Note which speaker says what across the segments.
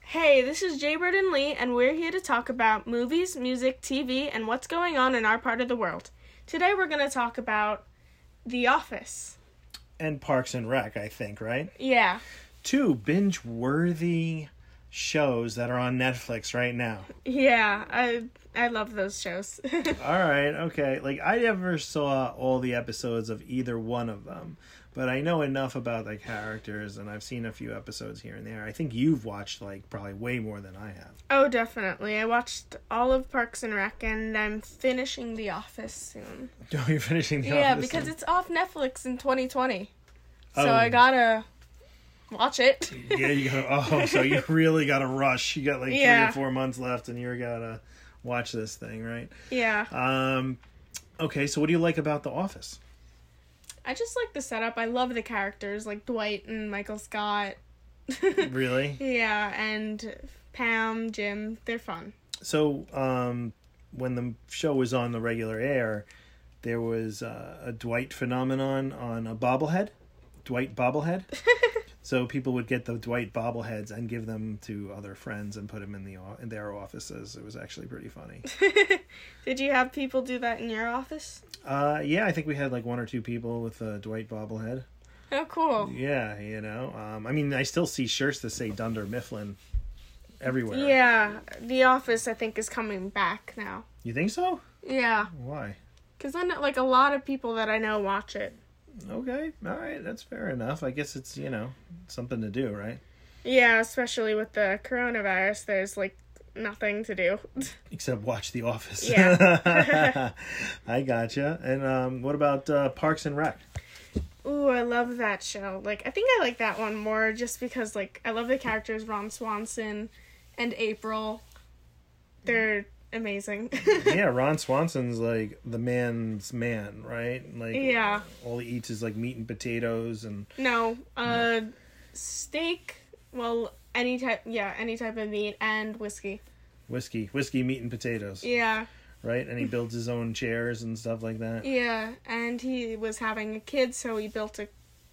Speaker 1: Hey, this is Jay Burden Lee, and we're here to talk about movies, music, TV, and what's going on in our part of the world. Today we're going to talk about The Office.
Speaker 2: and Parks and Rec, I think, right?
Speaker 1: Yeah.
Speaker 2: Two binge worthy shows that are on Netflix right now.
Speaker 1: Yeah, I I love those shows.
Speaker 2: All right, okay. Like I never saw all the episodes of either one of them, but I know enough about the characters and I've seen a few episodes here and there. I think you've watched like probably way more than I have.
Speaker 1: oh, definitely. I watched all of Parks and Rec and I'm finishing The Office soon.
Speaker 2: Oh, you're finishing the
Speaker 1: yeah,
Speaker 2: Office
Speaker 1: because
Speaker 2: then.
Speaker 1: it's off Netflix in 2020. So
Speaker 2: Oh.
Speaker 1: I got to watch it.
Speaker 2: Yeah, you got to Oh, so you really got to rush. You got like 3
Speaker 1: Yeah.
Speaker 2: or 4 months left and you're got to watch this thing, right?
Speaker 1: yeah.
Speaker 2: Um okay, so what do you like about The Office?
Speaker 1: I just like the setup. I love the characters like Dwight and Michael Scott.
Speaker 2: Really?
Speaker 1: Yeah, and Pam, Jim, they're fun.
Speaker 2: so um, when the show was on the regular air, there was uh, a Dwight phenomenon on a bobblehead, Dwight bobblehead. so people would get the Dwight bobbleheads and give them to other friends and put them in the o- in their offices. It was actually pretty funny.
Speaker 1: Did you have people do that in your office?
Speaker 2: uh, yeah, I think we had like one or two people with a Dwight bobblehead.
Speaker 1: Oh, cool.
Speaker 2: Yeah, you know, um, I mean, I still see shirts that say Dunder Mifflin everywhere.
Speaker 1: Yeah, The Office I think is coming back now.
Speaker 2: you think so?
Speaker 1: Yeah,
Speaker 2: Why?
Speaker 1: because then like a lot of people that I know watch it.
Speaker 2: Okay, all right, that's fair enough. I guess it's you know something to do, right?
Speaker 1: Yeah, especially with the coronavirus, there's like nothing to do.
Speaker 2: Except watch The Office.
Speaker 1: Yeah.
Speaker 2: I gotcha. And um, what about uh, Parks and Rec?
Speaker 1: Ooh, I love that show. Like, I think I like that one more just because, like, I love the characters Ron Swanson and April. They're amazing.
Speaker 2: yeah, Ron Swanson's like the man's man, right? Like
Speaker 1: yeah.
Speaker 2: all he eats is like meat and potatoes and
Speaker 1: No, uh, steak. Well, any type. Yeah, any type of meat and whiskey.
Speaker 2: whiskey, whiskey, meat and potatoes,
Speaker 1: Yeah,
Speaker 2: right? And he builds his own chairs and stuff like that.
Speaker 1: yeah. And he was having a kid, so he built a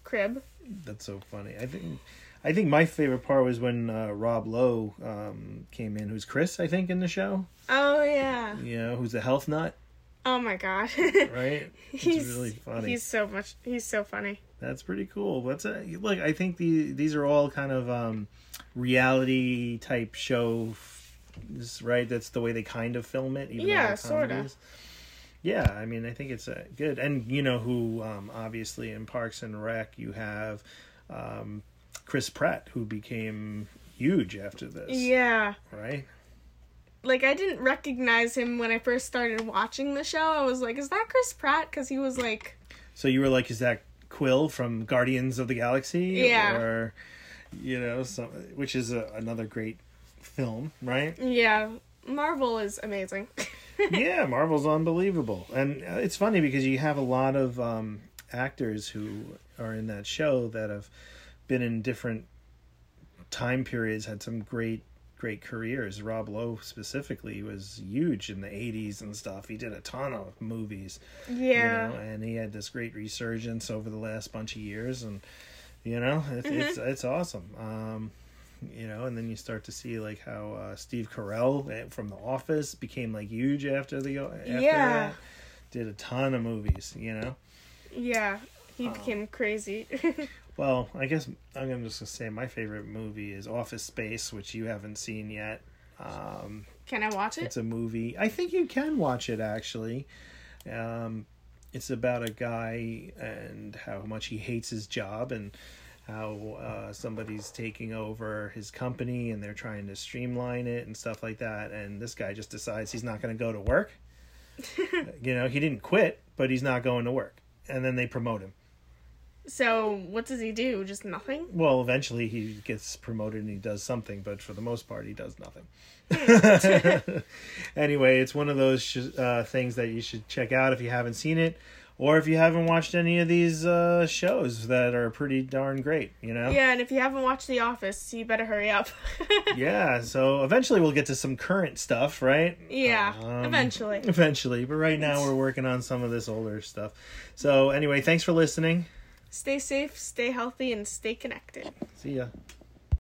Speaker 1: crib.
Speaker 2: That's so funny. I think. I think my favorite part was when uh, Rob Lowe um, came in, who's Chris, I think, in the show.
Speaker 1: Oh yeah.
Speaker 2: You know, who's the health nut.
Speaker 1: Oh my god.
Speaker 2: right?
Speaker 1: he's
Speaker 2: it's really funny.
Speaker 1: He's so much. He's so funny.
Speaker 2: That's pretty cool. That's a look. I think the these are all kind of um, reality type show, f- is- right? That's the way they kind of film it. Even though
Speaker 1: Yeah,
Speaker 2: they're
Speaker 1: sorta.
Speaker 2: comedies. Yeah, I mean, I think it's uh, good. And you know who? Um, obviously, in Parks and Rec, you have um, Chris Pratt, who became huge after this,
Speaker 1: Yeah.
Speaker 2: right?
Speaker 1: like I didn't recognize him when I first started watching the show. I was like, "Is that Chris Pratt?" Because he was like,
Speaker 2: So you were like, is that Quill from Guardians of the Galaxy?
Speaker 1: Yeah.
Speaker 2: Or, you know, some, which is a, another great film, right?
Speaker 1: "Yeah, Marvel is amazing."
Speaker 2: yeah, Marvel's unbelievable. And uh, it's funny because you have a lot of um, actors who are in that show that have been in different time periods, had some great great careers rob lowe specifically was huge in the 80s and stuff he did a ton of movies
Speaker 1: yeah,
Speaker 2: you know, and he had this great resurgence over the last bunch of years, and you know, it's
Speaker 1: Mm-hmm.
Speaker 2: it's, it's awesome. Um, you know, and then you start to see like how uh, Steve Carell uh, from The Office became like huge after the uh, after
Speaker 1: Yeah.
Speaker 2: that. Did a ton of movies, you know.
Speaker 1: yeah, he became crazy.
Speaker 2: Well, I guess I'm gonna just say my favorite movie is Office Space, which you haven't seen yet. Um,
Speaker 1: Can I watch it?
Speaker 2: It's a movie. I think you can watch it actually. Um, it's about a guy and how much he hates his job and how uh, somebody's taking over his company and they're trying to streamline it and stuff like that. And this guy just decides he's not going to go to work. you know, he didn't quit, but he's not going to work. And then they promote him.
Speaker 1: So what does he do? Just nothing.
Speaker 2: Well, eventually he gets promoted and he does something, but for the most part, he does nothing. anyway, it's one of those sh- uh, things that you should check out if you haven't seen it, or if you haven't watched any of these uh, shows that are pretty darn great. You know,
Speaker 1: Yeah, and if you haven't watched The Office, you better hurry up.
Speaker 2: Yeah, So eventually we'll get to some current stuff, right?
Speaker 1: yeah,
Speaker 2: Um,
Speaker 1: eventually.
Speaker 2: Eventually, but right now we're working on some of this older stuff. So anyway, thanks for listening.
Speaker 1: Stay safe, stay healthy, and stay connected.
Speaker 2: See ya.